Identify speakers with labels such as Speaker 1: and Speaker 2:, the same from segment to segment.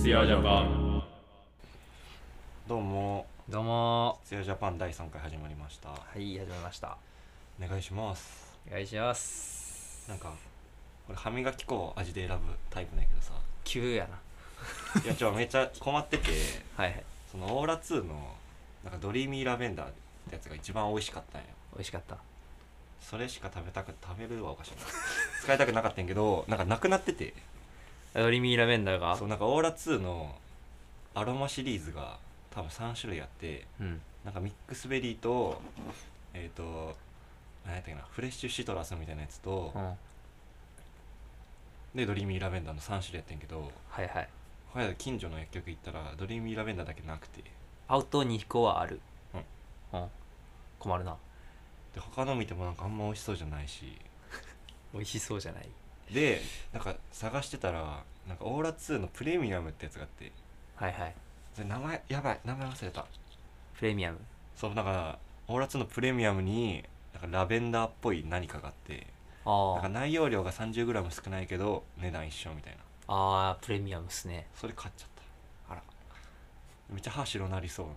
Speaker 1: ツヤジャパン
Speaker 2: どうも
Speaker 3: どうも
Speaker 2: ツヤジャパン第3回始まりました
Speaker 3: ーはい始めました
Speaker 2: お願いします
Speaker 3: お願いします
Speaker 2: なんか俺歯磨き粉を味で選ぶタイプなんやけどさ
Speaker 3: 急やない
Speaker 2: やちょめっちゃ困ってて
Speaker 3: はいはい
Speaker 2: そのオーラ2のなんかドリーミーラベンダーってやつが一番美味しかったんよ
Speaker 3: 美味しかった
Speaker 2: それしか食べたく食べるはおかしいな使いたくなかったんやけどなんかなくなってて
Speaker 3: ドリーミーラベンダーが
Speaker 2: そうなんかオーラ2のアロマシリーズが多分3種類あって
Speaker 3: うん
Speaker 2: なんかミックスベリーとえっ、と何やったっけなフレッシュシトラスみたいなやつと、
Speaker 3: うんはい
Speaker 2: でドリーミーラベンダーの3種類やってんけど
Speaker 3: はい
Speaker 2: この間近所の薬局行ったらドリーミーラベンダーだけなくて
Speaker 3: アウト2個はある
Speaker 2: うん
Speaker 3: うん、困るな
Speaker 2: で他の見てもなんかあんま美味しそうじゃないし
Speaker 3: 美味しそうじゃない
Speaker 2: でなんか探してたらなんかオーラ2のプレミアムってやつがあって
Speaker 3: はいはい
Speaker 2: それ名前やばい名前忘れた
Speaker 3: プレミアム
Speaker 2: そうなんかオーラ2のプレミアムになんかラベンダーっぽい何かがあってなん
Speaker 3: あ
Speaker 2: か
Speaker 3: ー
Speaker 2: 内容量が 30g 少ないけど値段一緒みたいな
Speaker 3: あープレミアムっすね
Speaker 2: それ買っちゃった
Speaker 3: あら
Speaker 2: めっちゃ歯白なりそうな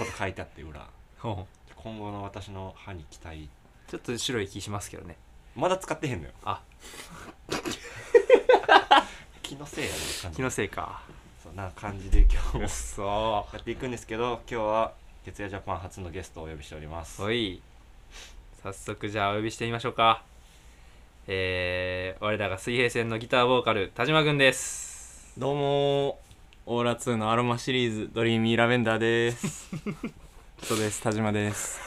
Speaker 2: こと書いてあって裏
Speaker 3: うん
Speaker 2: 今後の私の歯に期待
Speaker 3: ちょっと白い気しますけどね
Speaker 2: まだ使ってへんのよ
Speaker 3: あ
Speaker 2: 気のせいやね感
Speaker 3: 気
Speaker 2: じ
Speaker 3: のせいか
Speaker 2: そんな感じで今日も
Speaker 3: うっそ
Speaker 2: やっていくんですけど今日は徹夜ジャパン初のゲストをお呼びしております
Speaker 3: ーおい早速じゃあお呼びしてみましょうかえー、我らが水平線のギターボーカル田島くんです
Speaker 1: どうもーオーラ2のアロマシリーズドリーミーラベンダーです そうです田島です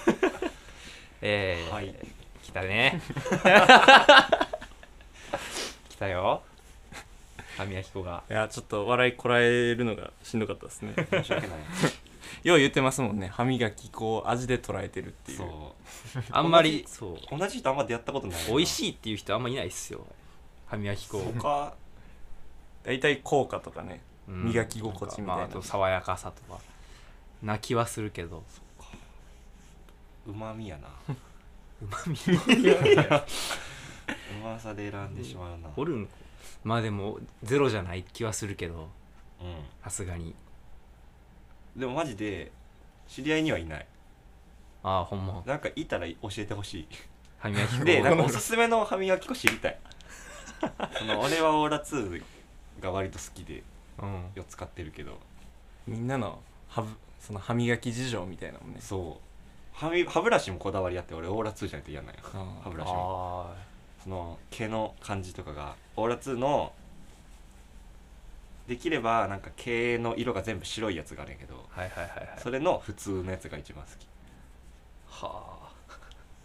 Speaker 3: えー
Speaker 2: はい
Speaker 3: 来た ね来たよ歯磨き粉 が
Speaker 1: いやちょっと笑いこらえるのがしんどかったですね
Speaker 2: 申し訳ない
Speaker 1: よう言ってますもんね歯磨き粉を味で捉えてるっていう
Speaker 2: そ
Speaker 3: あんまりそう
Speaker 2: う同じ人あんま出会ったことない
Speaker 3: 美味
Speaker 2: い
Speaker 3: しいっていう人あんまいないっすよ歯磨き粉を、
Speaker 2: 他
Speaker 1: 大体効果とかね
Speaker 3: うん
Speaker 1: 磨き心地みたいな
Speaker 3: かまああ
Speaker 1: ん
Speaker 3: と爽やかさとかな気はするけど
Speaker 2: うまみやなうまさで選んでしまうな
Speaker 3: おるんまあでもゼロじゃない気はするけど
Speaker 2: う
Speaker 3: さすがに
Speaker 2: んでもマジで知り合いにはいない
Speaker 3: ああほんま
Speaker 2: なんかいたら教えてほし
Speaker 3: 歯磨き
Speaker 2: い
Speaker 3: 粉
Speaker 2: でなんかおすすめの歯磨き粉知りたい その俺はオーラ2が割と好きで
Speaker 3: うん
Speaker 2: よく使ってるけど
Speaker 1: みんなの歯ぶその歯磨き事情みたいなのもんね
Speaker 2: そう歯み歯ブラシもこだわりあって俺オーラ2じゃないと嫌なんよ
Speaker 1: あ
Speaker 2: 歯ブラシも
Speaker 3: あ
Speaker 2: その毛の感じとかがオーラ2のできればなんか毛の色が全部白いやつがあるんやけど
Speaker 3: あはいはいはいはい
Speaker 2: それの普通のやつが一番好き
Speaker 3: は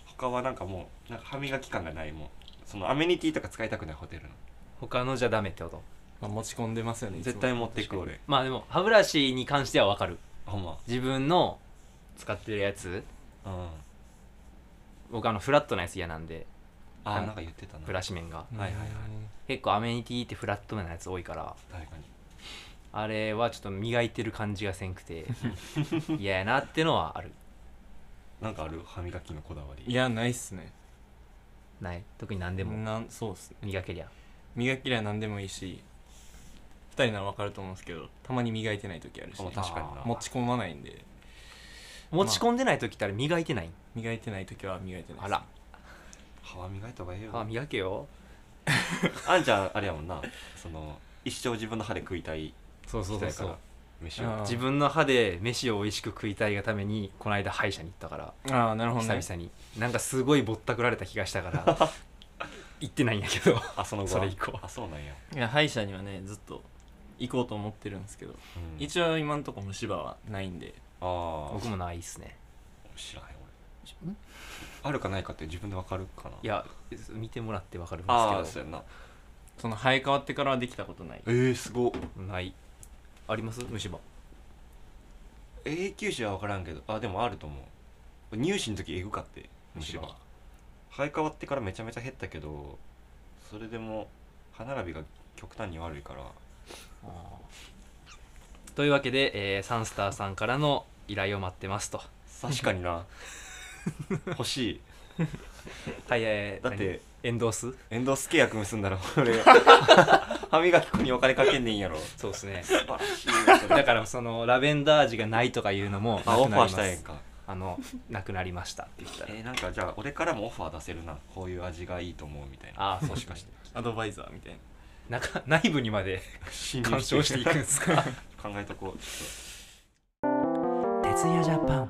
Speaker 2: 他はなんかもうなんか歯磨き感がないもんそのアメニティとか使いたくないホテルの
Speaker 3: あ他のじゃダメってこと
Speaker 1: まあ、持ち込んでますよねいつも
Speaker 2: 絶対持ってく
Speaker 3: 確かに
Speaker 2: 俺
Speaker 3: まあでも歯ブラシに関してはわかる
Speaker 2: ほんま
Speaker 3: 自分の使ってるやつ
Speaker 2: うん
Speaker 3: 僕あのフラットなやつ嫌なんで
Speaker 2: あ
Speaker 3: は
Speaker 2: ー
Speaker 3: い
Speaker 2: なんか言ってたな
Speaker 3: ブラシ面が
Speaker 1: うん
Speaker 2: はいはいはい
Speaker 3: 結構アメニティってフラットなやつ多いから
Speaker 2: 確かに
Speaker 3: あれはちょっと磨いてる感じがせんく て嫌やなってのはある
Speaker 2: なんかある歯磨きのこだわり
Speaker 1: いやないっすね
Speaker 3: ない特に何でも
Speaker 1: なんそうっすね
Speaker 3: 磨けりゃ
Speaker 1: 磨き嫌いなんでもいいし2人なら分かると思うんですけどたまに磨いてない時あるし
Speaker 2: あ確かに
Speaker 3: あ
Speaker 2: な
Speaker 3: ー
Speaker 1: 持ち込まないんで
Speaker 3: 持ち込んでない時ってあれ磨いてない
Speaker 1: 磨いてない時は磨いてな
Speaker 3: あ
Speaker 1: いっす
Speaker 3: ら
Speaker 2: 歯は磨いた方がいいよ
Speaker 3: 歯磨けよ
Speaker 2: あんちゃんあれやもんなその一生自分の歯で食いたい
Speaker 3: そうそう
Speaker 2: 人
Speaker 3: そう
Speaker 2: やか
Speaker 3: そう
Speaker 2: ら飯を
Speaker 1: あー
Speaker 3: 自分の歯で飯を美味しく食いたいがためにこの間歯医者に行ったから
Speaker 1: ああなるほど
Speaker 3: 久
Speaker 1: ね
Speaker 3: 々になんかすごいぼったくられた気がしたから 行ってないんやけど
Speaker 2: あその後
Speaker 3: そ
Speaker 2: は
Speaker 3: れ以降
Speaker 2: あそうなんや、
Speaker 1: いや歯医者にはねずっと行こうと思ってるんですけど、
Speaker 2: うん
Speaker 1: 一応今んとこ虫歯はないんで
Speaker 2: ああ
Speaker 3: 僕もないっすね
Speaker 2: 知らない俺あるかないかって自分でわかるかない
Speaker 3: や見てもらってわかるん
Speaker 2: ああ
Speaker 3: です
Speaker 2: そうやんな
Speaker 1: その生え変わってからはできたことない
Speaker 2: えー、すごっ
Speaker 3: けどないあります虫歯
Speaker 2: 永久歯は分からんけどあでもあると思う入試の時えぐかって虫
Speaker 3: 虫
Speaker 2: 歯生え変わってからめちゃめちゃ減ったけどそれでも歯並びが極端に悪いから
Speaker 3: というわけで、えーサンスターさんからの依頼を待ってますと
Speaker 2: 確かに な欲しい
Speaker 3: はいえー
Speaker 2: だって
Speaker 3: 何エンドース
Speaker 2: エンドス契約結んだら俺歯磨き粉にお金かけんねんやろ
Speaker 3: そうですね
Speaker 2: 素晴らしいわそれ
Speaker 3: だからそのラベンダー味がないとかいうのもなくな
Speaker 2: あオ
Speaker 3: り
Speaker 2: ファ
Speaker 3: ま
Speaker 2: ーし
Speaker 3: す
Speaker 2: たらええんか
Speaker 3: あのなくなりましたって言ったら
Speaker 2: えー、なんかじゃあ俺からもオファー出せるなこういう味がいいと思うみ たいな
Speaker 3: ああそう
Speaker 2: も
Speaker 3: し
Speaker 2: し
Speaker 3: か
Speaker 2: か
Speaker 3: し
Speaker 2: してて
Speaker 1: アドバイザーみたい な
Speaker 3: 中内部にまで干渉 していくんですか
Speaker 2: 考えとこうちょっ
Speaker 3: 徹夜ジャパン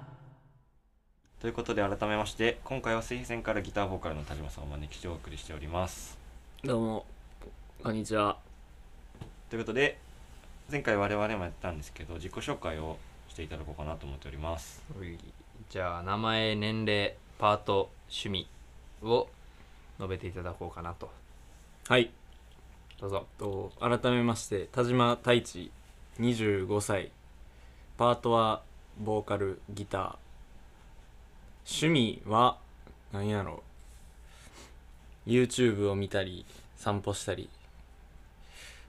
Speaker 2: とということで改めまして今回は水平線からギターボーカルの田島さんをお招きしてお送りしております
Speaker 4: どうもこんにちは
Speaker 2: ということで前回我々もやったんですけど自己紹介をしていただこうかなと思っております
Speaker 3: じゃあ名前年齢パート趣味を述べていただこうかなと
Speaker 1: はい
Speaker 3: どうぞ
Speaker 1: と改めまして田島太一25歳パートはボーカルギター趣味は何やろう YouTube を見たり散歩したり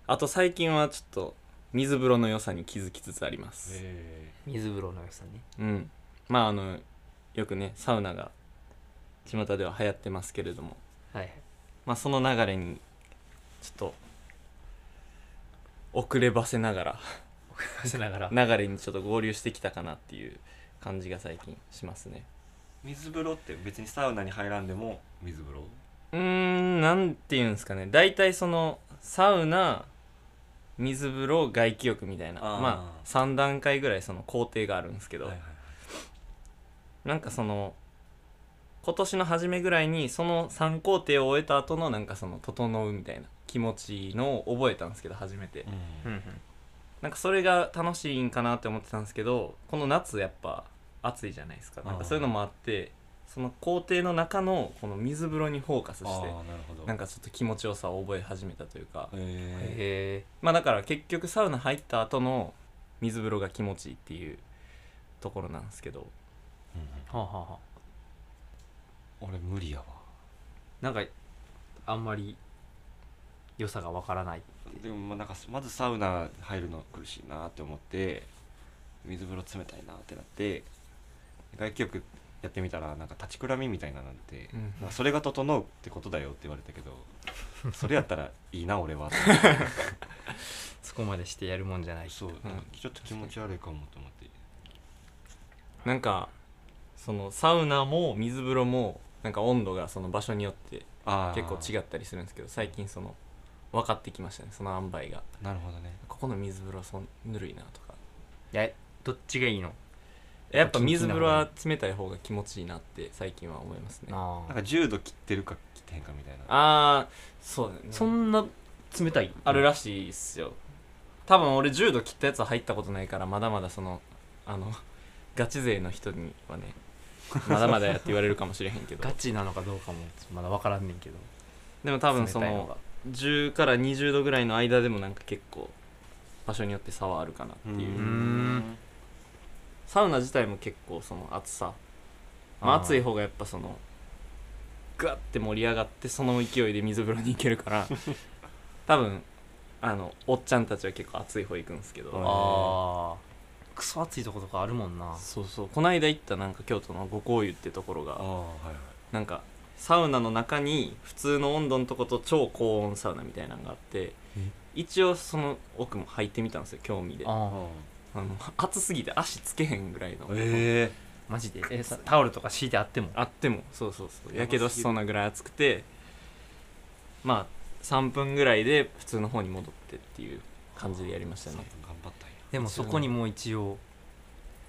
Speaker 1: あと最近はちょっと水風呂の良さに気づきつつあります、
Speaker 2: え
Speaker 3: 水風呂の良さね
Speaker 1: うんまああのよくねサウナが巷では流行ってますけれども
Speaker 3: はい
Speaker 1: まあ、その流れにちょっと遅ればせなが
Speaker 3: せながら
Speaker 1: ら流れにちょっと合流してきたかなっていう感じが最近しますね
Speaker 2: 水風呂って別にサウナに入らんでも水風呂
Speaker 1: うーんなんていうんですかね大体そのサウナ水風呂外気浴みたいな
Speaker 2: あー
Speaker 1: まあ3段階ぐらいその工程があるんですけど、
Speaker 2: はいはいはい
Speaker 1: なんかその今年の初めぐらいにその3工程を終えた後のなんかその整うみたいな気持ちいいのを覚えたんですけど初めて
Speaker 3: うん
Speaker 1: なんかそれが楽しいんかなって思ってたんですけどこの夏やっぱ暑いじゃないですかなんかそういうのもあってその工程の中のこの水風呂にフォーカス
Speaker 2: ああ
Speaker 1: して
Speaker 2: ーなるほど
Speaker 1: なんかちょっと気持ちよさを覚え始めたというか
Speaker 2: え
Speaker 3: へ
Speaker 1: まあだから結局サウナ入った後の水風呂が気持ちいいっていうところなんですけど
Speaker 2: ー
Speaker 3: えはあ、はあは
Speaker 2: う
Speaker 3: あ、
Speaker 2: ん俺無理やわ
Speaker 3: なんかあんまり良さがわからない
Speaker 2: でもまあなんかまずサウナ入るの苦しいなって思って水風呂冷たいなってなって外気浴やってみたらなんか立ちくらみみたいななんて、
Speaker 1: うん
Speaker 2: まあそれが整うってことだよって言われたけど それやったらいいな俺は
Speaker 3: そこまでしてやるもんじゃない
Speaker 2: そうなんかちょっと気持ち悪いかもと思って
Speaker 1: なんかそのサウナも水風呂もなんか温度がその場所によって
Speaker 2: あ
Speaker 1: 結構違
Speaker 2: う
Speaker 1: ったりするんですけど最近その分かってきましたねその塩梅が。
Speaker 2: なるほどね
Speaker 1: ここの水風呂そんぬるいなとか
Speaker 3: やどっちがいいの
Speaker 1: やっぱ水風呂は冷たい方が気持ちいいなって最近は思いますねあ
Speaker 3: あ
Speaker 2: なんか10度切ってるか切ってへんかみたいな
Speaker 1: あーそうだね
Speaker 3: そんな冷たい
Speaker 1: あるらしいっすよ多分俺10度切ったやつは入ったことないからまだまだそのあの ガチ勢の人には ねまだまだやって言われるかもしれへんけど
Speaker 3: ガチなのかどうかもまだわからんねんけど
Speaker 1: でも多分そ
Speaker 3: 冷たいのが
Speaker 1: の10から20度ぐらいの間でもなんか結構場所によって差はあるかなっていう
Speaker 3: ー
Speaker 1: うんサウナ自体も結構その暑さまあ、
Speaker 3: あー
Speaker 1: 暑い方がやっぱそのガッて盛り上がってその勢いで水風呂に行けるから多分あのおっちゃんたちは結構暑い方行くんですけど
Speaker 2: はい
Speaker 3: あークソ暑いとことかあるもんな
Speaker 1: そうそうこないだ行ったなんか京都の五香湯ってところ
Speaker 2: あ
Speaker 1: が
Speaker 2: あはいはい
Speaker 1: なんかサウナの中に普通の温度のとこと超高温サウナみたいなのがあって
Speaker 2: え
Speaker 1: 一応その奥も入ってみたんですよ興味であ
Speaker 3: あ
Speaker 1: の暑すぎて足つけへんぐらいの
Speaker 2: え
Speaker 3: ーマジでえさタオルとか敷いてあっても
Speaker 1: あってもそうそうそ
Speaker 2: やばすぎ
Speaker 1: う
Speaker 2: る
Speaker 1: やけどしそうなぐらい暑くてまあ3分ぐらいで普通の方に戻ってっていう感じでやりました
Speaker 2: ー、
Speaker 1: ね
Speaker 2: 頑張ったんや
Speaker 3: でもそこにもう一応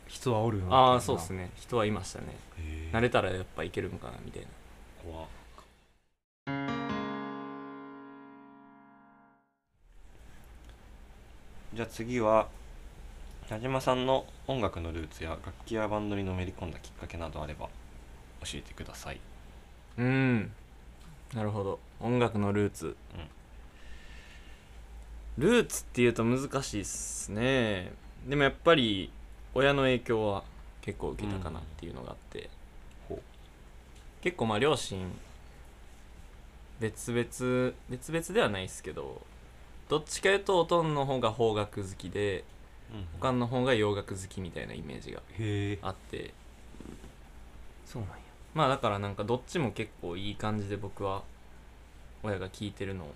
Speaker 3: 人はおるよ
Speaker 1: ああそうっす
Speaker 3: ね
Speaker 1: ね人はいましたね
Speaker 2: え
Speaker 1: 慣れたらやっぱいけるんかなみたいな
Speaker 2: 怖っじゃあ次は矢島さんの音楽のルーツや楽器やバンドにのめり込んだきっかけなどあれば教えてください、
Speaker 1: うんなるほど音楽のルーツ、ルーツっていうと難しいっすねでもやっぱり親の影響は結構受けたかなっていうのがあって、
Speaker 2: うんほう
Speaker 1: 結構まあ両親別々別々ではないっすけどどっちかいうとおとんの方が邦楽好きでおかんの方が洋楽好きみたいなイメージが
Speaker 2: へえ
Speaker 1: あって
Speaker 3: そうなんや
Speaker 1: まあだからなんかどっちも結構いい感じで僕は親が聞いてるのを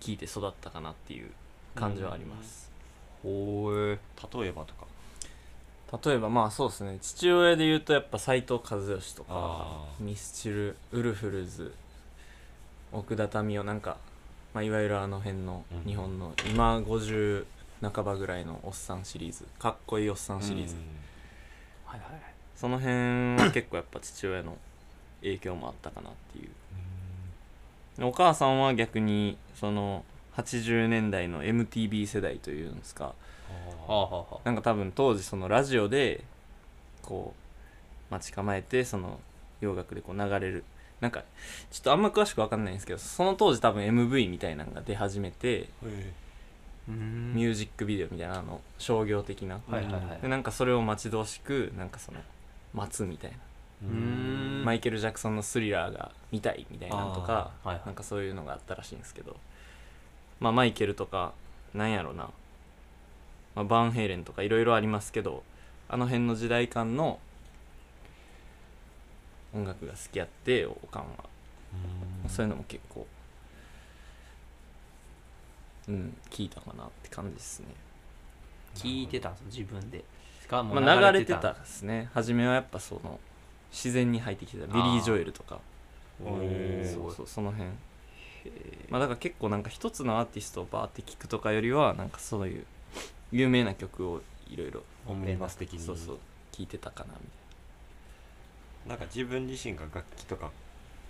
Speaker 1: 聞いて育ったかなっていう感じはあります、
Speaker 3: ほう
Speaker 2: 例えばとか
Speaker 1: 例えばまあそうですね父親で言うとやっぱ斎藤和義とか
Speaker 2: あ
Speaker 1: ミスチルウルフルズ奥田民生なんか、まあ、いわゆるあの辺の
Speaker 2: うん
Speaker 1: 日本の今50半ばぐらいのおっさんシリーズかっこいいおっさんシリーズ、
Speaker 3: はいはいはい
Speaker 1: その辺は結構やっぱ父親の影響もあったかなっていうお母さんは逆にその80年代の MTV 世代というんですか
Speaker 3: はあはあはあ
Speaker 1: なんか多分当時そのラジオでこう待ち構えてその洋楽でこう流れるなんかちょっとあんま詳しく分かんないんですけどその当時多分 MV みたいなのが出始めて
Speaker 3: うーん
Speaker 1: ミュージックビデオみたいなあの商業的な
Speaker 3: はいはいはい
Speaker 1: でなんかそれを待ち遠しくなんかその待つみたいな
Speaker 2: う
Speaker 3: うーん
Speaker 1: マイケル・ジャクソンの「スリラー」が見たいみたいなのとか、
Speaker 3: あーはいはい
Speaker 1: なんかそういうのがあったらしいんですけど、まあ、マイケルとかなんやろな、まあ、バンヘイレンとかいろいろありますけどあの辺の時代間の音楽が好きやっておかんは、そういうのも結構うん聞いたかなって感じですね、
Speaker 3: 聞いてたんですよ自分でかもう
Speaker 1: まあ、流れてたですね初めはやっぱその自然に入ってきてたビリー・ジョエルとか
Speaker 2: おー
Speaker 1: そうそうその辺まあだから結構なんか一つのアーティストをバーって聞くとかよりはなんかそういう有名な曲をいろいろ
Speaker 2: オムニバス的に
Speaker 1: そうそう聞いてたかなみた
Speaker 2: なんか自分自身が楽器とか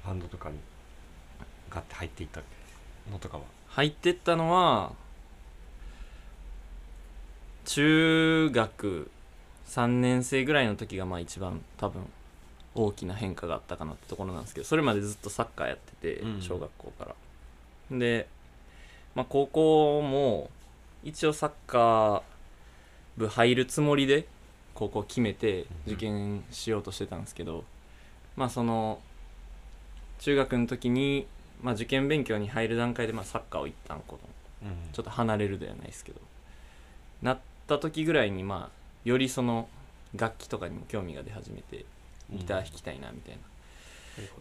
Speaker 2: バンドとかにガッて入っていったのとかはい
Speaker 1: な入ってったのは中学3年生ぐらいの時がまあ一番多分大きな変化があったかなってところなんですけどそれまでずっとサッカーやってて
Speaker 2: うん
Speaker 1: 小学校から、で、まあ、高校も一応サッカー部入るつもりで高校決めて受験しようとしてたんですけど、まあその中学の時に、まあ、受験勉強に入る段階でまあサッカーを一旦このちょっと離れるではないですけどなった時ぐらいにまあよりその楽器とかにも興味が出始めてギター弾きたいなみたいな、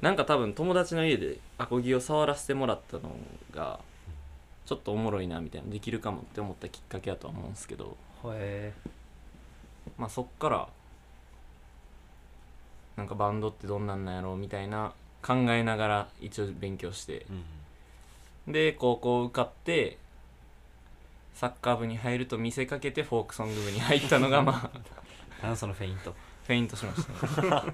Speaker 1: なんか多分友達の家でアコギを触らせてもらったのがちょっとおもろいなみたいなできるかもって思ったきっかけだとは思うんですけど
Speaker 3: へ
Speaker 1: まあそっからなんかバンドってどんなんなんやろうみたいな考えながら一応勉強して
Speaker 2: うん
Speaker 1: で高校受かってサッカー部に入ると見せかけてフォークソング部に入ったのがまあ
Speaker 3: えんそのフェイント
Speaker 1: フェイントしました、ね、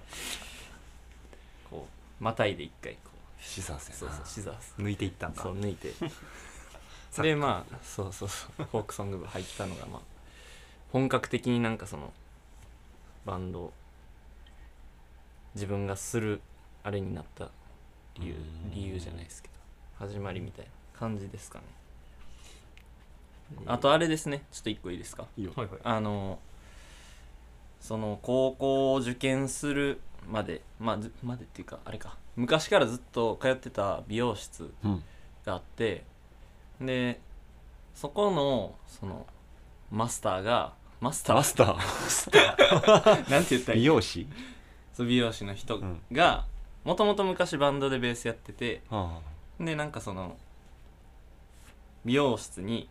Speaker 1: こうまたいで一回こう
Speaker 2: シザース
Speaker 1: そう
Speaker 2: やな
Speaker 1: そうシザース
Speaker 2: 抜いていったんだ
Speaker 1: そう抜 いてでまあそうそうそうフォークソング部入ったのがまあ本格的になんかそのバンド自分がするあれになった理由
Speaker 2: うん
Speaker 1: 理由じゃないですけど始まりみたいな感じですかねあとあれですねちょっと一個いいですか
Speaker 2: いいよ
Speaker 3: はいはい
Speaker 1: あのその高校を受験するまでまあずまでっていうかあれか昔からずっと通ってた美容室
Speaker 2: うん
Speaker 1: があってでそこのそのマスターがマスター
Speaker 2: マスタ
Speaker 1: なんて言っ
Speaker 2: ー
Speaker 1: たらい
Speaker 2: 美
Speaker 1: い
Speaker 2: 容師
Speaker 1: そう美容師の人
Speaker 2: うん
Speaker 1: がもともと昔バンドでベースやってて
Speaker 2: は
Speaker 1: でなんかその美容室に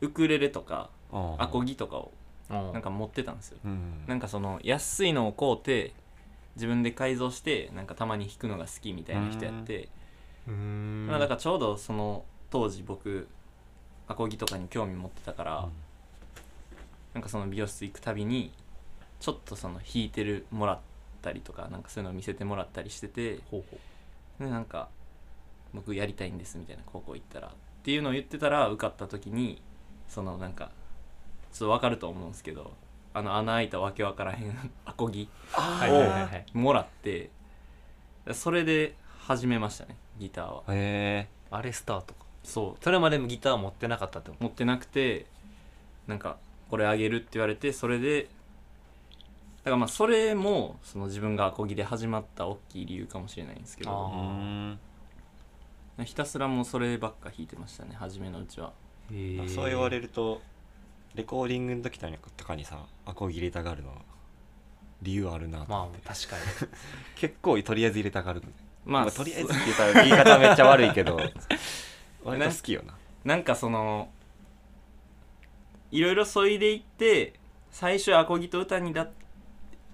Speaker 1: ウクレレとか
Speaker 2: あ
Speaker 1: アコギとかを
Speaker 3: な
Speaker 1: なんか持ってたんですよ
Speaker 2: うん
Speaker 1: なんかその安いのを買うて自分で改造してなんかたまに弾くのが好きみたいな人やって、
Speaker 3: うーん
Speaker 1: まあ、だからちょうどその当時僕アコギとかに興味持ってたから、
Speaker 2: うん
Speaker 1: なんかその美容室行くたびにちょっとその弾いてるもらったりとかなんかそういうのを見せてもらったりしてて
Speaker 3: ほうほ
Speaker 1: でなんか僕やりたいんですみたいな高校行ったらっていうのを言ってたら受かった時にそのなんかちょっと分かると思うんですけどあの穴開いたわけわからへん アコギ
Speaker 3: うはいはいはいはい
Speaker 1: もらってそれで始めましたねギターは
Speaker 2: へえ
Speaker 3: あれスタートか
Speaker 1: そ
Speaker 3: それまでもギター持ってなかったってこ
Speaker 1: う持ってなくてなんかこれあげるって言われてそれでだからまあそれもその自分がアコギで始まった大きい理由かもしれないんですけ
Speaker 3: あ
Speaker 1: ど
Speaker 3: ー
Speaker 2: うん
Speaker 1: ひたすらもうそればっか弾いてましたね初めのうちは
Speaker 3: と
Speaker 2: あそう言われ
Speaker 3: る
Speaker 2: るとレコーディングの時とかにさアコギ入れたがるの理由あるなと
Speaker 3: ま
Speaker 2: 思って、
Speaker 3: あ 確かに
Speaker 2: 結構とりあえず入れたがる、
Speaker 1: まあ
Speaker 2: まあとりあえずって言ったら言い方めっちゃ悪いけど割と好きよな
Speaker 1: なんかそのいろいろそいでいって最初アコギと歌にだ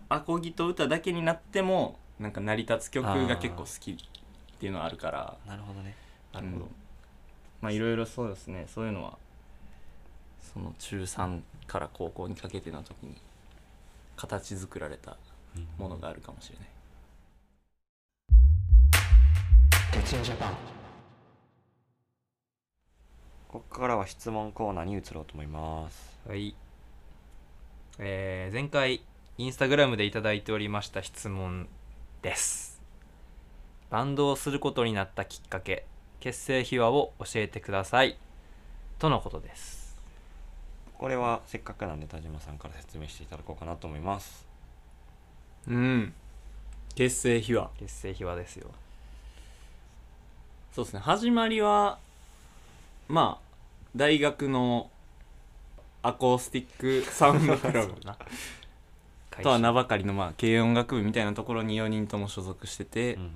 Speaker 1: アコギと歌だけになってもなんか成り立つ曲が結構好きっていうのはあるから
Speaker 2: なるほどねなるほど、
Speaker 1: うんまあいろいろそうですねそういうのはその中3から高校にかけての時に形作られたものがあるかもしれない。
Speaker 2: ここからは質問コーナーに移ろうと思います
Speaker 3: はい、えー前回インスタグラムでいただいておりました質問ですバンドをすることになったきっかけ結成秘話を教えてくださいとのことです
Speaker 2: これはせっかくなんで田島さんから説明していただこうかなと思います
Speaker 1: うん結成秘話
Speaker 3: 結成秘話ですよ
Speaker 1: そうですね始まりはまあ大学のアコースティックサウンドクラブ
Speaker 3: な
Speaker 1: とは名ばかりの、まあ、軽音楽部みたいなところに4人とも所属してて、
Speaker 2: うん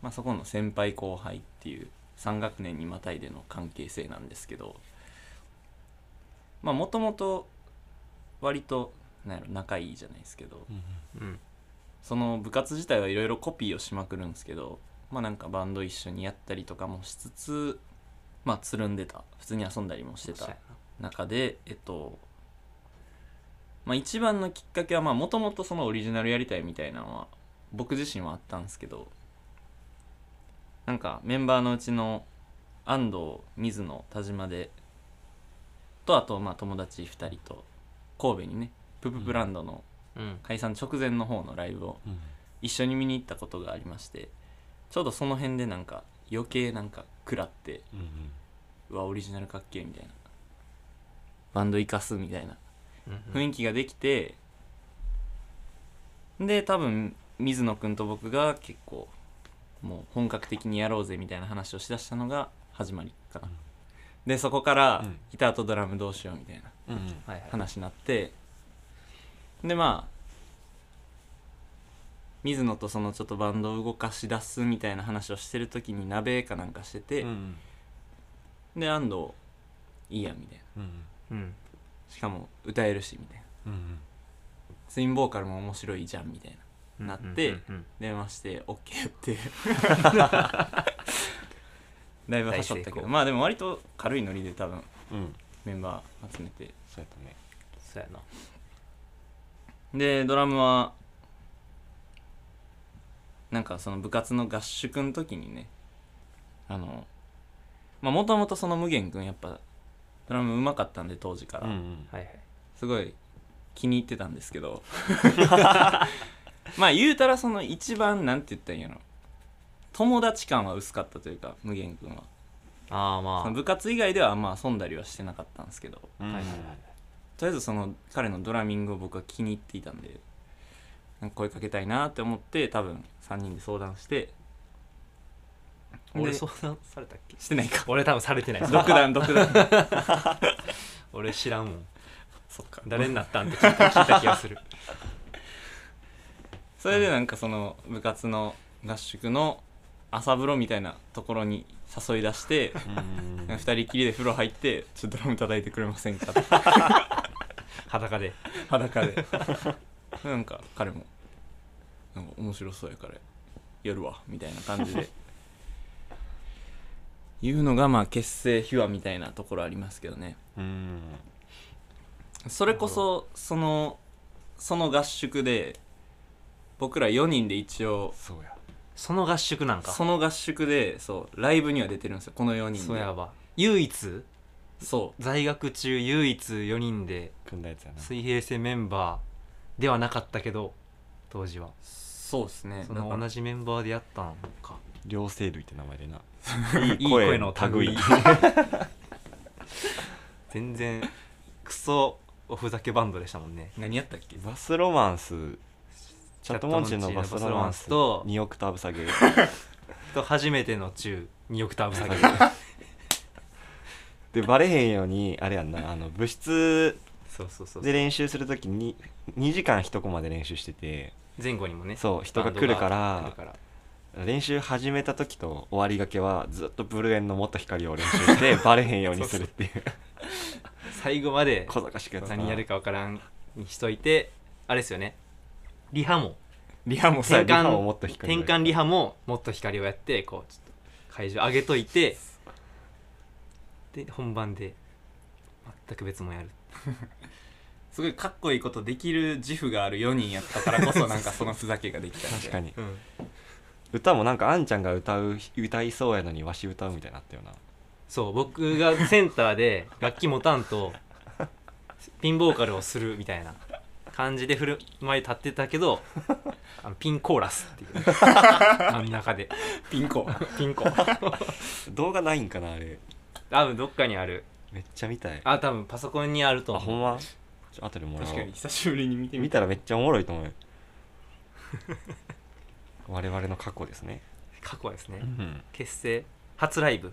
Speaker 1: まあ、そこの先輩後輩っていう3学年にまたいでの関係性なんですけどまあもともと割となんやろ仲いいじゃないですけど、
Speaker 2: うん
Speaker 3: うん
Speaker 1: その部活自体はいろいろコピーをしまくるんですけどまあなんかバンド一緒にやったりとかもしつつまあつるんでた普通に遊んだりもして
Speaker 3: そうや
Speaker 1: た中でえっとまあ一番のきっかけはまあもともとそのオリジナルやりたいみたいなのは僕自身はあったんですけどなんかメンバーのうちの安藤水野田島でとあとまあ友達2人と神戸にねプププランドの、
Speaker 3: なうん
Speaker 1: 解散直前の方のライブを
Speaker 2: うん
Speaker 1: 一緒に見に行ったことがありましてちょうどその辺でなんか余計なんか食らって
Speaker 2: うんうん
Speaker 1: うわオリジナルかっけえみたいなバンド生かすみたいな
Speaker 3: うん
Speaker 1: 雰囲気ができてで多分水野くんと僕が結構もう本格的にやろうぜみたいな話をしだしたのが始まりかな
Speaker 2: うん
Speaker 1: でそこから
Speaker 2: うん
Speaker 1: ギターとドラムどうしようみたいな
Speaker 2: うんうん
Speaker 3: はいはい
Speaker 1: 話になってでまあ水野とそのちょっとバンドを動かし出すみたいな話をしてる時に鍋かなんかしてて、
Speaker 2: うん
Speaker 1: で安藤いいやみたい
Speaker 2: う
Speaker 1: な
Speaker 2: ん
Speaker 3: うん
Speaker 1: しかも歌えるしみたいな
Speaker 2: うん
Speaker 1: ツインボーカルも面白いじゃんみたいななって
Speaker 3: うんうん
Speaker 1: 電話してオッケーって だいぶはしょった
Speaker 3: 大成
Speaker 1: けど
Speaker 3: 功
Speaker 1: まあでも割と軽いノリで多分
Speaker 2: うん
Speaker 1: メンバー集めて
Speaker 2: そうやったね
Speaker 3: そうやな
Speaker 1: でドラムはなんかその部活の合宿の時にねあのまあもともとその無限くんやっぱドラムうまかったんで当時から、
Speaker 2: ん
Speaker 3: はいはい
Speaker 1: すごい気に入ってたんですけど まあ言うたらその一番なんて言ったらいいんやろ友達感は薄かったというか無限くんは
Speaker 3: ああま
Speaker 1: その部活以外ではあんま遊んだりはしてなかったんですけど
Speaker 2: うん
Speaker 3: あ
Speaker 2: うん
Speaker 3: はいはいはい
Speaker 1: とりあえずその彼のドラミングを僕は気に入っていたんでなんか声かけたいなって思って多分3人で相談して
Speaker 3: 俺
Speaker 1: で
Speaker 3: 相談されたっけ
Speaker 1: してないか
Speaker 3: 俺多分されてない
Speaker 1: 独断独 断
Speaker 3: 俺知らんもん
Speaker 1: そっか
Speaker 3: 誰になったんって聞いた聞いた気がする
Speaker 1: それでなんかその部活の合宿の朝風呂みたいなところに誘い出して
Speaker 2: うん
Speaker 1: 2人きりで風呂入って「ちょっとドラム叩いてくれませんか?」って
Speaker 3: 裸で
Speaker 1: 裸でなんか彼もなんか面白そうやからやるわみたいな感じでいうのがまあ結成秘話みたいなところありますけどね
Speaker 2: うん
Speaker 1: それこそそのその合宿で僕ら4人で一応
Speaker 2: そうや
Speaker 3: その合宿なんか
Speaker 1: その合宿でそうライブには出てるんですよこの4人で
Speaker 3: そうやば唯一
Speaker 1: そ
Speaker 3: 在学中唯一4人で
Speaker 2: 組んだやつやな
Speaker 3: 水平線メンバーではなかったけど当時は
Speaker 1: うそうですね
Speaker 3: そ
Speaker 1: だか
Speaker 3: の
Speaker 1: ら
Speaker 3: 同じメンバーでやったのか
Speaker 2: 両生類って名前でない
Speaker 3: い声の類
Speaker 2: い
Speaker 3: 全然クソおふざけバンドでしたもんね
Speaker 1: 何やったっけ
Speaker 2: バスロマンスチャットモンチーのバスロマンス
Speaker 3: チャットモンチーのバスロマンスと
Speaker 2: 2オクターブ下げ
Speaker 3: と初めての中2オクターブ下げ
Speaker 2: でバレへんようにあれやんなあの部室
Speaker 3: そうそうそう
Speaker 2: で練習するときに2時間1コマで練習してて
Speaker 3: 前後にもね
Speaker 2: そう人が来るか
Speaker 3: バンド
Speaker 2: ら
Speaker 3: が来るから
Speaker 2: 練習始めた時と終わりがけはずっとブルエンのもっと光を練習してバレへんようにするっていう
Speaker 3: 最後まで
Speaker 2: 小賢しくやつ
Speaker 3: 何やるか分からんにしといてあれですよねリハも
Speaker 1: リハもさ
Speaker 3: 転
Speaker 2: リハ
Speaker 3: 換
Speaker 2: をもっと光
Speaker 3: 転
Speaker 2: り
Speaker 3: 換リハももっと光をやってこうちょっと会場上げといてで本番で全く別もんやる
Speaker 1: すごいかっこいいことできる自負がある4人やったからこそなんかそのふざけができたみたいな
Speaker 2: 確かに
Speaker 3: うん
Speaker 2: 歌もなんかあんちゃんが歌う歌いそうやのにわし歌うみたいになったよな
Speaker 3: そう僕がセンターで楽器持たんとピンボーカルをするみたいな感じで振る舞い立ってたけ どあのピンコーラスっていう真ん中で
Speaker 1: ピン コ
Speaker 3: ピンコ
Speaker 2: 動画ないんかなあれ
Speaker 3: 多分どっかにある
Speaker 2: めっちゃ見たいあ
Speaker 3: あ多分パソコンにあると
Speaker 2: ほ
Speaker 3: 思うん
Speaker 2: まちょ後でもらお
Speaker 1: 確かに
Speaker 2: う
Speaker 1: 久しぶりに見てみ
Speaker 2: 見
Speaker 1: た
Speaker 2: たらめっちゃおもろいと思うよ我々の過去ですね、
Speaker 3: 過去はですね
Speaker 2: うん、
Speaker 3: 結成初ライブ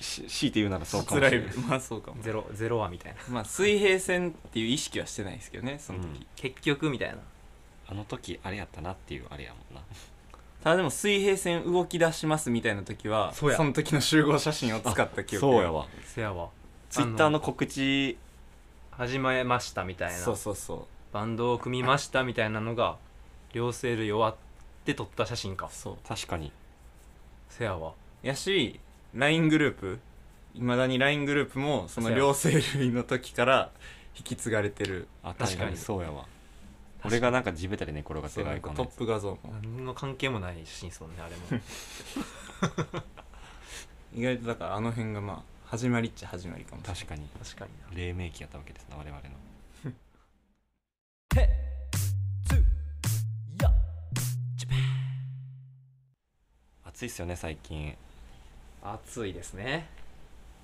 Speaker 2: し強いて言うならそうかも
Speaker 1: 初
Speaker 2: し
Speaker 1: ラ
Speaker 2: れ
Speaker 1: イ
Speaker 2: ない
Speaker 1: ブまあそうかも
Speaker 3: ゼロゼロ話みたいな
Speaker 1: まあ水平線っていう意識はしてないですけどねその時、
Speaker 2: うん
Speaker 3: 結局みたいな
Speaker 2: あの時あれやったなっていうあれやもんな
Speaker 1: ただでも水平線動き出しますみたいな時は
Speaker 3: そうや
Speaker 1: の時の集合写真を使った記憶
Speaker 2: そうやわ
Speaker 3: せやわ
Speaker 2: ツイッターの告知
Speaker 3: 始めましたみたい
Speaker 1: そ
Speaker 3: な
Speaker 1: うそうそ
Speaker 3: バンドを組みましたみたいなのが両生類終わって撮った写真か
Speaker 1: うそう
Speaker 2: 確かに
Speaker 3: せやわ
Speaker 1: やし LINE グループいまだに LINE グループもその両生類の時から引き継がれてる
Speaker 2: あ
Speaker 3: かに
Speaker 2: 確かにそうやわ
Speaker 3: かに
Speaker 2: 俺がなんか地べたで寝転がっ
Speaker 1: そ
Speaker 2: て
Speaker 1: う
Speaker 2: るア
Speaker 1: なん
Speaker 2: イコ
Speaker 1: か
Speaker 2: ンの
Speaker 1: トッ
Speaker 2: やつ
Speaker 1: プ画像も
Speaker 3: 何の関係もない写真ですもんねあれ も
Speaker 1: 意外とだからあの辺がまあ始まりっちゃ始まりかもしれない
Speaker 2: 確かに
Speaker 3: 確かにな
Speaker 2: 黎明期やったわけですな我々の暑いっすよね最近
Speaker 3: 暑いですね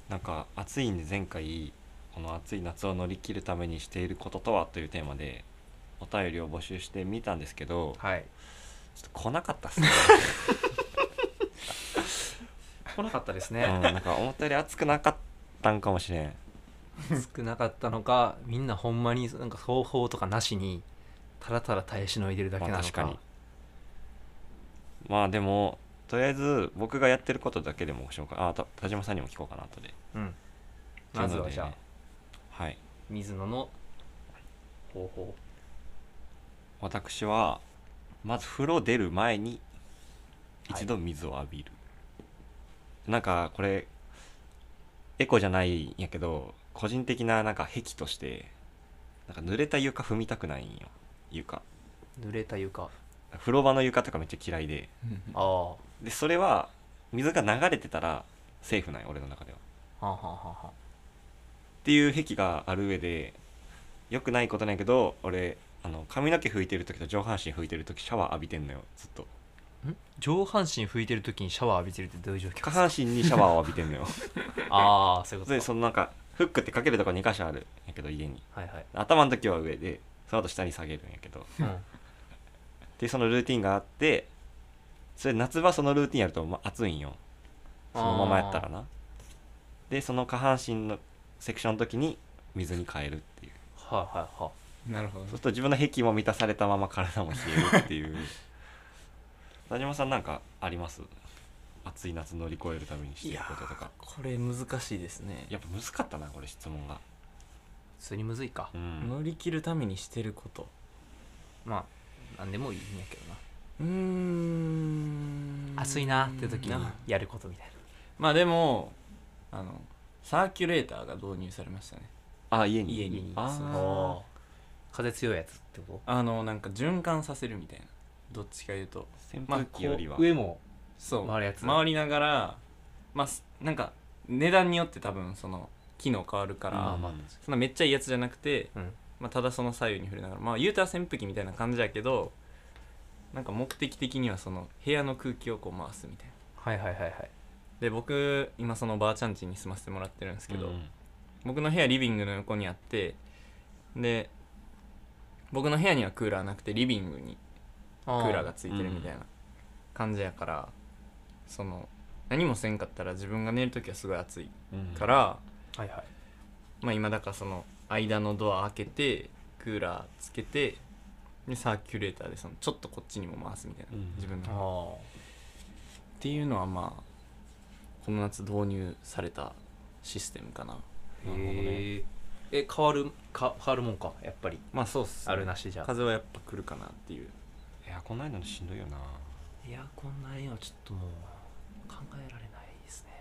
Speaker 2: なんか暑いんで前回この暑い夏を乗り切るためにしていることとはというテーマでお便りを募集してみたんですけど
Speaker 3: はい
Speaker 2: ちょっと来なかったっすね、
Speaker 3: 来なかったで す
Speaker 2: うん、
Speaker 3: ね
Speaker 2: なんか思ったより暑くなかったんかもしれん
Speaker 3: 少なかったのかみんなほんまになんか方法とかなしにたらたら耐え忍いでるだけな
Speaker 2: ま
Speaker 3: の
Speaker 2: あ、
Speaker 3: か,、
Speaker 2: 確かにまあでもとりあえず僕がやってることだけでもご紹介あた田島さんにも聞こうかな後で
Speaker 3: うんまずはじゃあ、
Speaker 2: というのでねはい
Speaker 3: 水野の方法
Speaker 2: 私はまず風呂出る前に
Speaker 3: はい
Speaker 2: 一度水を浴びる、なんかこれエコじゃないんやけど個人的ななんか癖としてなんか濡れた床踏みたくないんよ床
Speaker 3: 濡れた床あ
Speaker 2: 風呂場の床とかめっちゃ嫌いで
Speaker 3: あは
Speaker 2: でそれは水が流れてたらセーフなんよ俺の中では
Speaker 3: あはあはあはあ
Speaker 2: っていう癖がある上で良くないことなんやけど俺あの髪の毛拭いてる時と上半身拭いてる時シャワー浴びてんのよずっと
Speaker 3: ん上半身拭いてる時にシャワー浴びてるってどういう状況
Speaker 2: 下半身にシャワーを浴びてんのよ
Speaker 3: ああそういうこと
Speaker 2: で
Speaker 3: か
Speaker 2: そのなんかフックってかけるとこ2箇所あるんやけど家に
Speaker 3: はいはい、
Speaker 2: 頭の時は上でその後下に下げるんやけど
Speaker 3: うん、
Speaker 2: でそのルーティンがあってそれ夏場そのルーティンやると、ま、暑いんよそのままやったらなでその下半身のセクションの時に水に変えるっていう
Speaker 3: はいはいはい
Speaker 1: なるほど
Speaker 2: そうすると自分の癖も満たされたまま体も冷えるっていう 田島さんなんかあります暑い夏乗り越えるためにしていることとか
Speaker 1: これ難しいですね
Speaker 2: やっぱ難かったなこれ質問が
Speaker 3: 普通にむずいか、
Speaker 2: うん
Speaker 1: 乗り切るためにしてること
Speaker 3: まあなんでもいいんやけどな
Speaker 1: うーん
Speaker 3: 暑いなって時に
Speaker 1: な
Speaker 3: やることみたいな
Speaker 1: まあでもあのサーキュレーターが導入されましたね
Speaker 2: あ家に
Speaker 1: 家に
Speaker 2: あ
Speaker 1: そう
Speaker 2: ー
Speaker 3: 風強いやつってこ
Speaker 1: あのなんか循環させるみたいなどっちか言うと
Speaker 2: 扇風機よりは、
Speaker 3: と上も
Speaker 1: そう
Speaker 3: 回るやつ
Speaker 1: 回りながらまあすなんか値段によって多分その機能変わるから、
Speaker 2: あまあ
Speaker 1: そんなめっちゃいいやつじゃなくて、
Speaker 3: うん
Speaker 1: まあ、ただその左右に触れながらまあ言うたら扇風機みたいな感じやけどなんか目的的にはその部屋の空気をこう回すみたいな
Speaker 3: はいはいはいはい
Speaker 1: で僕今そのばあちゃん家に住ませてもらってるんですけど、
Speaker 2: うん
Speaker 1: 僕の部屋リビングの横にあってで僕の部屋にはクーラーなくてリビング
Speaker 3: ク
Speaker 1: にクーラーがついてるみたいな感じやから、その何もせんかったら自分が寝る時はすごい暑い
Speaker 2: うん
Speaker 1: から、
Speaker 3: はいはい
Speaker 1: まあ今だからその間のドア開けてクーラーつけてでサーキュレーターでそのちょっとこっちにも回すみたいな、
Speaker 2: うん
Speaker 1: 自分
Speaker 3: あ
Speaker 1: のっていうのはまあこの夏導入されたシステムかな
Speaker 2: なるほどね
Speaker 3: へーえ変わるか変わるもんかやっぱり
Speaker 2: まあそうっす、
Speaker 3: あるなしじゃ
Speaker 1: 風はやっぱ来るかなっていう
Speaker 2: エアコンないのにしんどいよな
Speaker 3: エアコンないのはちょっともう考えられないですね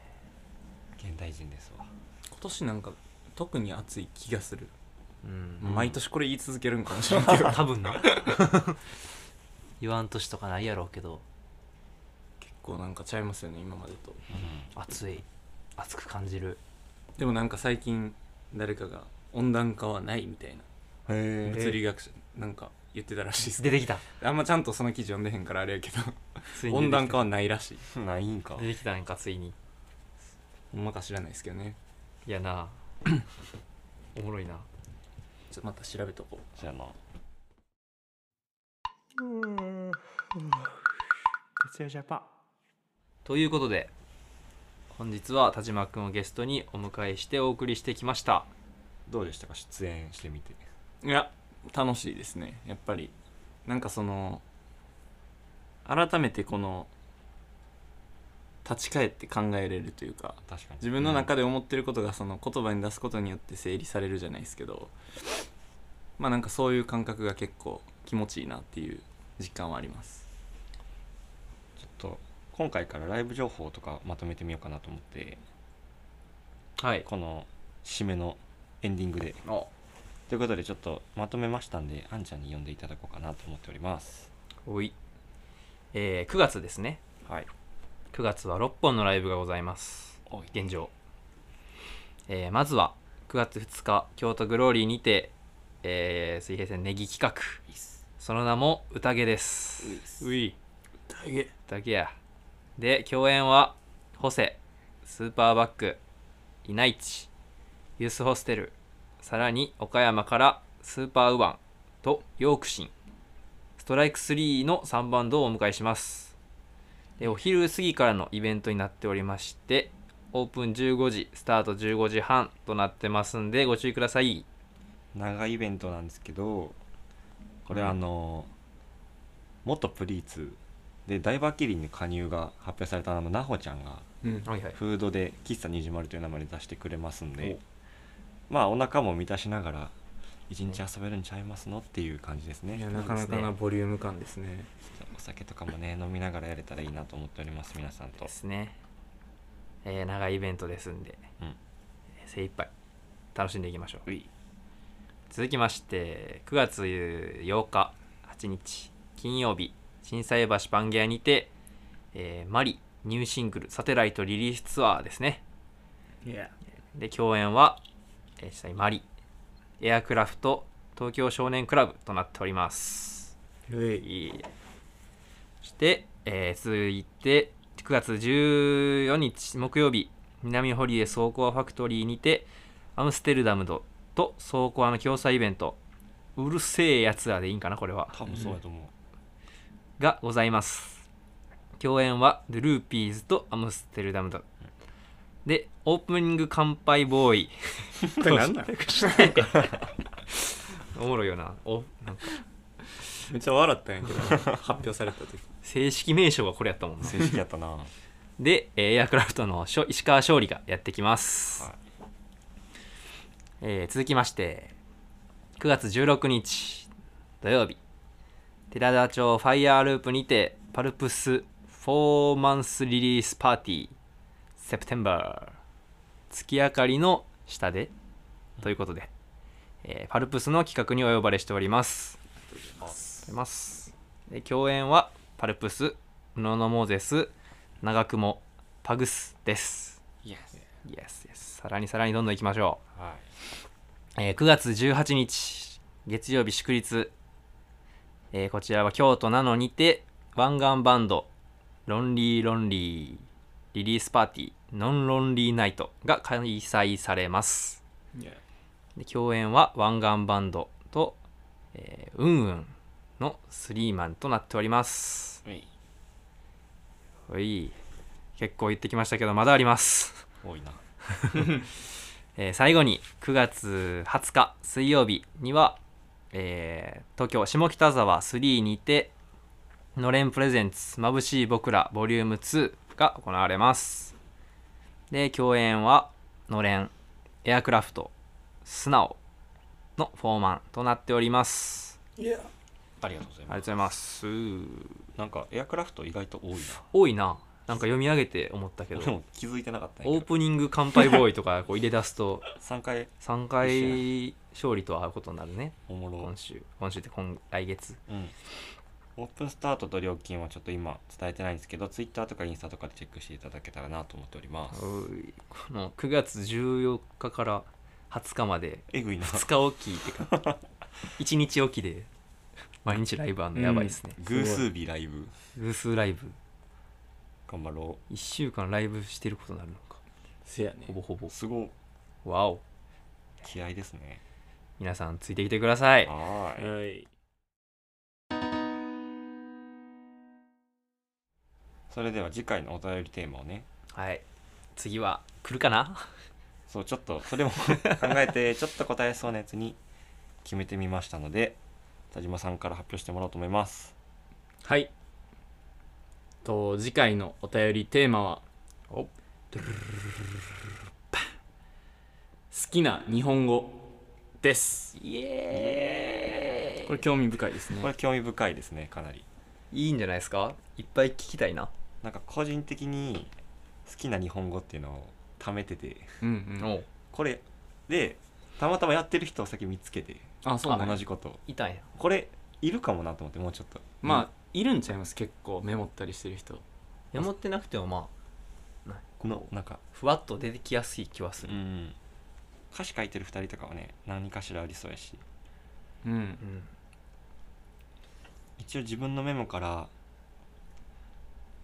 Speaker 2: 現代人ですわ
Speaker 1: 今年なんか特に暑い気がする、
Speaker 3: うん
Speaker 1: 毎年これ言い続けるんかも しれんけど
Speaker 3: 多分な言わん年とかないやろうけど
Speaker 1: 結構なんかちゃいますよね今までと
Speaker 3: 暑い暑く感じる
Speaker 1: でもなんか最近誰かが温暖化はないみたいな
Speaker 2: へえ
Speaker 1: 物理学者なんか言ってたらしいです
Speaker 3: 出てきた
Speaker 1: あんまちゃんとその記事読んでへんからあれやけど
Speaker 3: ついに出てきた
Speaker 1: 温暖化はないらしい
Speaker 2: ないんか
Speaker 3: 出てきたんかついに
Speaker 1: ほんまか知らないですけどね
Speaker 3: いやな おもろいな
Speaker 1: ちょっとまた調べとこう
Speaker 2: じゃあな
Speaker 5: 哲也ジャパン
Speaker 3: ということで本日は田島君をゲストにお迎えしてお送りしてきました
Speaker 2: どうでしたか出演してみて
Speaker 1: いや楽しいですねやっぱりなんかその改めてこの立ち返って考えれるというか
Speaker 2: 確かに
Speaker 1: 自分の中で思ってることがその言葉に出すことによって整理されるじゃないですけどまあなんかそういう感覚が結構気持ちいいなっていう実感はあります
Speaker 2: ちょっと今回からライブ情報とかまとめてみようかなと思って
Speaker 3: はい
Speaker 2: この締めのエンディングで
Speaker 3: お
Speaker 2: ということでちょっとまとめましたんであんちゃんに呼んでいただこうかなと思っております
Speaker 3: おい、えー9月ですね
Speaker 2: はい
Speaker 3: 9月は6本のライブがございます
Speaker 2: おい
Speaker 3: 現状、えーまずは9月2日京都グローリーにて、えー水平線ネギ企画その名も宴です
Speaker 1: うい宴
Speaker 3: 宴やで共演はホセスーパーバックイナイチユースホステルさらに岡山からスーパーウワンとヨークシンストライク3の3バンドをお迎えしますでお昼過ぎからのイベントになっておりましてオープン15時スタート15時半となってますんでご注意ください
Speaker 2: 長いイベントなんですけどこれあの、元プリーツでダイバーキリンに加入が発表されたあのなほちゃんが
Speaker 1: うん
Speaker 3: はいはい
Speaker 2: フードで喫茶にじまるという名前で出してくれますんで
Speaker 1: お
Speaker 2: まあお腹も満たしながら一日遊べるんちゃいますのっていう感じですね
Speaker 1: いやなかなかなボリューム感ですね
Speaker 2: お酒とかもね飲みながらやれたらいいなと思っております皆さんと
Speaker 3: ですね、えー長いイベントですんで、
Speaker 2: うん
Speaker 3: えー精一杯楽しんでいきましょう
Speaker 2: うい
Speaker 3: 続きまして9月8日8日金曜日心斎橋パンゲアにて、えーマリニューシングル「サテライト」リリースツアーですね
Speaker 1: いや
Speaker 3: で共演は、えー実際マリエアクラフト東京少年クラブとなっております
Speaker 1: う
Speaker 3: い
Speaker 1: い
Speaker 3: いそして、えー続いて9月14日木曜日南ホリエ倉庫ファクトリーにてアムステルダムとと倉庫の共催イベントうるせえやつらでいいんかなこれは
Speaker 2: 多分そうやと思う、
Speaker 3: がございます共演はドゥルーピーズとアムステルダムとでオープニング乾杯ボーイ
Speaker 1: これなんなん
Speaker 3: おもろいよなおなんか
Speaker 1: めっちゃ笑ったん やけど発表された時
Speaker 3: 正式名称がこれやったもんな
Speaker 2: 正式やったな は
Speaker 3: で、えーエアクラフトのしょ石川勝利がやってきます、えー続きまして9月16日土曜日寺田町ファイヤーループにてパルプスフォーマンスリリースパーティーセプテンバー月明かりの下でということで、えーパルプスの企画にお呼ばれしておりますありがとうございますで共演はパルプスノノモーゼス長雲パグスです
Speaker 2: い Yes
Speaker 3: イエスイエスさらにさらにどんどんいきましょう
Speaker 2: はい
Speaker 3: えー9月18日月曜日祝日、えーこちらは京都なのにて湾岸バンドロンリーロンリーリリースパーティーノンロンリーナイトが開催されます
Speaker 1: いや
Speaker 3: で共演は湾岸バンドと、えー、うんうんのスリーマンとなっております
Speaker 2: うい
Speaker 3: おい結構言ってきましたけどまだあります
Speaker 2: 多いな
Speaker 3: えー最後に9月20日水曜日には、えー東京下北沢3にてのれんプレゼンツまぶしい僕らボリューム2が行われますで共演はのれんエアクラフト素直のフォーマンとなっております
Speaker 2: ありがとうございま
Speaker 3: ありがとうございます
Speaker 2: すなんかエアクラフト意外と多いな
Speaker 3: 多いななんか読み上げて思ったけ
Speaker 2: 俺
Speaker 3: ど
Speaker 2: も気づいてなかったん
Speaker 3: オ
Speaker 2: やけ
Speaker 3: ー
Speaker 2: ど
Speaker 3: プニング乾杯ボーイとかこう入れ出すと
Speaker 2: 3回
Speaker 3: 3回勝利と会うことになるね
Speaker 2: おもろ
Speaker 3: 今週今週って今来月
Speaker 2: うん、オープンスタートと料金はちょっと今伝えてないんですけどツイッターとかインスタとかでチェックしていただけたらなと思っております
Speaker 3: おいこの9月14日から20日まで
Speaker 2: えぐいな
Speaker 3: 2日おきってか1日おきで毎日ライブあんのやばいですね、
Speaker 2: 偶数日ライブ
Speaker 3: 偶数ライブ
Speaker 2: 頑張ろ
Speaker 3: 1週間ライブしてることになるのか
Speaker 1: せやね
Speaker 3: ほぼほぼ
Speaker 2: うすごい
Speaker 3: わお
Speaker 2: 気合ですね
Speaker 3: 皆さんついてきてください
Speaker 2: はーい
Speaker 1: はい
Speaker 2: それでは次回のお便りテーマをね
Speaker 3: はい次は来るかな
Speaker 2: そうちょっとそれも考え てちょっと答えそうなやつに決めてみましたので田島さんから発表してもらおうと思います
Speaker 1: はいと次回のお便りテーマは
Speaker 3: お
Speaker 1: 好きな日本語です
Speaker 3: イエーイ
Speaker 1: これ興味深いです
Speaker 2: こ
Speaker 1: ね
Speaker 2: れ興味深いですねかなり
Speaker 3: いいんじゃないですかいっぱい聞きたいな
Speaker 2: なんか個人的に好きな日本語っていうのを貯めてて
Speaker 1: うんうん
Speaker 3: お
Speaker 2: これでたまたまやってる人を先見つけて
Speaker 1: あそうなんや
Speaker 2: 同じこと
Speaker 3: いたんや
Speaker 2: これいるかもなと思ってもうちょっと
Speaker 1: まあいるんちゃいます結構メモったりしてる人
Speaker 3: メモってなくてもまあ
Speaker 2: このなんか、
Speaker 3: ふわっと出てきやすい気はする、
Speaker 2: ん、歌詞書いてる2人とかはね何かしらありそうやし
Speaker 1: うん
Speaker 3: うん
Speaker 2: 一応自分のメモから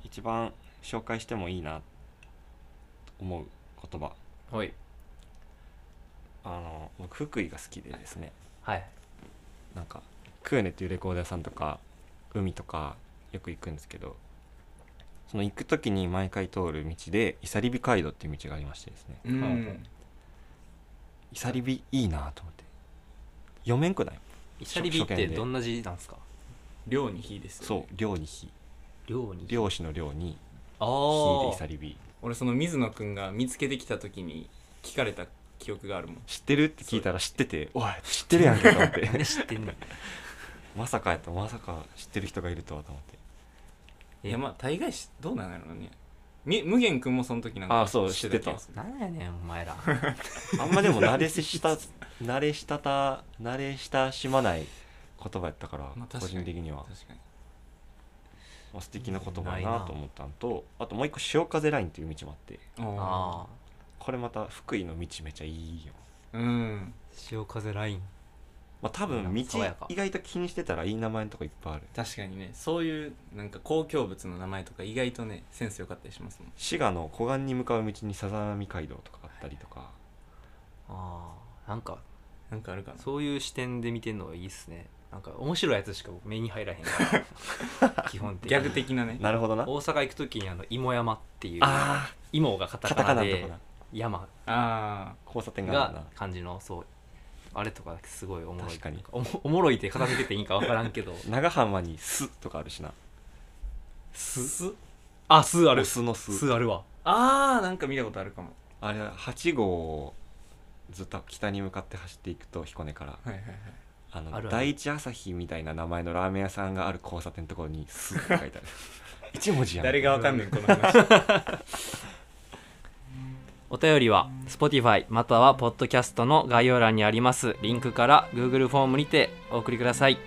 Speaker 2: 一番紹介してもいいなと思う言葉
Speaker 3: はい
Speaker 2: あの僕福井が好きでですね
Speaker 3: はい
Speaker 2: なんかクーネっていうレコード屋さんとか海とかよく行くんですけどその行く時に毎回通る道でイサリビ街道っていう道がありましてですね
Speaker 1: うん、
Speaker 2: イサリビいいなと思って読めんくない
Speaker 3: イサリビっ
Speaker 2: 初
Speaker 3: て
Speaker 2: 見で
Speaker 3: どんな字なんですか
Speaker 1: 量に比ですよ
Speaker 2: そう漁に火
Speaker 3: 量に
Speaker 2: 漁師の漁に
Speaker 3: あ
Speaker 2: 火でイ
Speaker 3: あ
Speaker 2: サリビ
Speaker 1: 俺その水野くんが見つけてきた時に聞かれた記憶があるもん
Speaker 2: 知ってるって聞いたら知ってておい知ってるやんけと思って
Speaker 3: 知 ってんねん
Speaker 2: まさかやったまさか知ってる人がいるとはと思って
Speaker 1: いやまあ大概しどうなんやろうねみ無限くんもその時なんか
Speaker 2: あそう
Speaker 1: して気がする
Speaker 3: なんやねんお前ら
Speaker 2: あんまでも慣れした慣れしたた慣れ親しまない言葉やったから、
Speaker 1: まあ確かに
Speaker 2: 個人的には
Speaker 1: 確かに
Speaker 2: まあ素敵な言葉
Speaker 3: ない
Speaker 2: や
Speaker 3: な
Speaker 2: なと思ったのとあともう一個潮風ラインっていう道もあって
Speaker 1: あ
Speaker 3: ああ
Speaker 2: これまた福井の道めちゃいいよ
Speaker 1: あうん
Speaker 3: 潮風ライン
Speaker 2: まあ多
Speaker 3: なん
Speaker 2: 分
Speaker 3: か
Speaker 2: 道
Speaker 3: 爽やか
Speaker 2: 意外と気にしてたらいい名前のとこいっぱいある
Speaker 1: 確かにねそういうなんか公共物の名前とか意外とねセンス良かったりしますもん
Speaker 2: 滋賀の湖岸に向かう道にさざ波街道とかあったりとか、
Speaker 3: ああなんか
Speaker 1: なんかあるかな
Speaker 3: そういう視点で見てんのはいいっすねなんか面白いやつしか僕目に入らへんから 基本的に
Speaker 1: ギャグ的なね
Speaker 2: なるほどな
Speaker 3: 大阪行く時にあの芋山っていう
Speaker 2: あ
Speaker 3: 芋がカ
Speaker 2: あ
Speaker 3: タ
Speaker 2: カタ
Speaker 3: カ
Speaker 2: カ
Speaker 3: ナ
Speaker 2: ナのと
Speaker 3: で
Speaker 2: こな
Speaker 3: 山
Speaker 1: あ
Speaker 2: 交差点があるな
Speaker 3: が漢字のそうあれとかすごいおもろい
Speaker 2: 確かに
Speaker 3: おもおもろいって片付けていいんか分からんけど
Speaker 2: 長浜に「す」とかあるしな
Speaker 3: す あすあ
Speaker 2: お
Speaker 3: る
Speaker 2: 酢の酢
Speaker 3: すあるわ
Speaker 1: あああなんか見たことあるかも
Speaker 2: あれ8号をずっと北に向かって走っていくと彦根から
Speaker 1: はいはいはい
Speaker 2: あの
Speaker 3: あるある
Speaker 2: 第一朝日みたいな名前のラーメン屋さんがある交差点のところに「す」って書いてある 一文字やん
Speaker 1: 誰がわかんねんこの話
Speaker 3: お便りは Spotify または Podcast の概要欄にありますリンクから Google フォームにてお送りください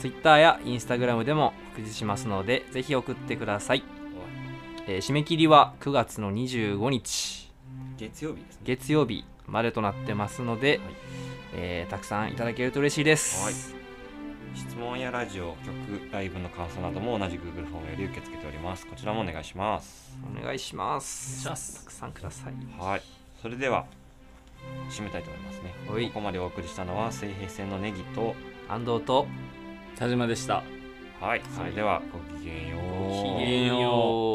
Speaker 3: Twitter や Instagram でも告示しますのでぜひ送ってください、えー締め切りは9月の25日
Speaker 2: 月曜日ですね
Speaker 3: 月曜日までとなってますの
Speaker 2: は
Speaker 3: で、
Speaker 2: い
Speaker 3: えーたくさんいただけると嬉しいです、
Speaker 2: はい質問やラジオ曲ライブの感想なども同じ Google フォームより受け付けておりますこちらもお願いします
Speaker 3: お願いします
Speaker 1: お願いします
Speaker 3: たくさんください
Speaker 2: はいそれでは締めたいと思いますね
Speaker 3: はい
Speaker 2: ここまでお送りしたのは水平線のネギと
Speaker 3: 安藤と
Speaker 1: 田島でした
Speaker 2: はいそれではごきげんよう
Speaker 1: きげんよう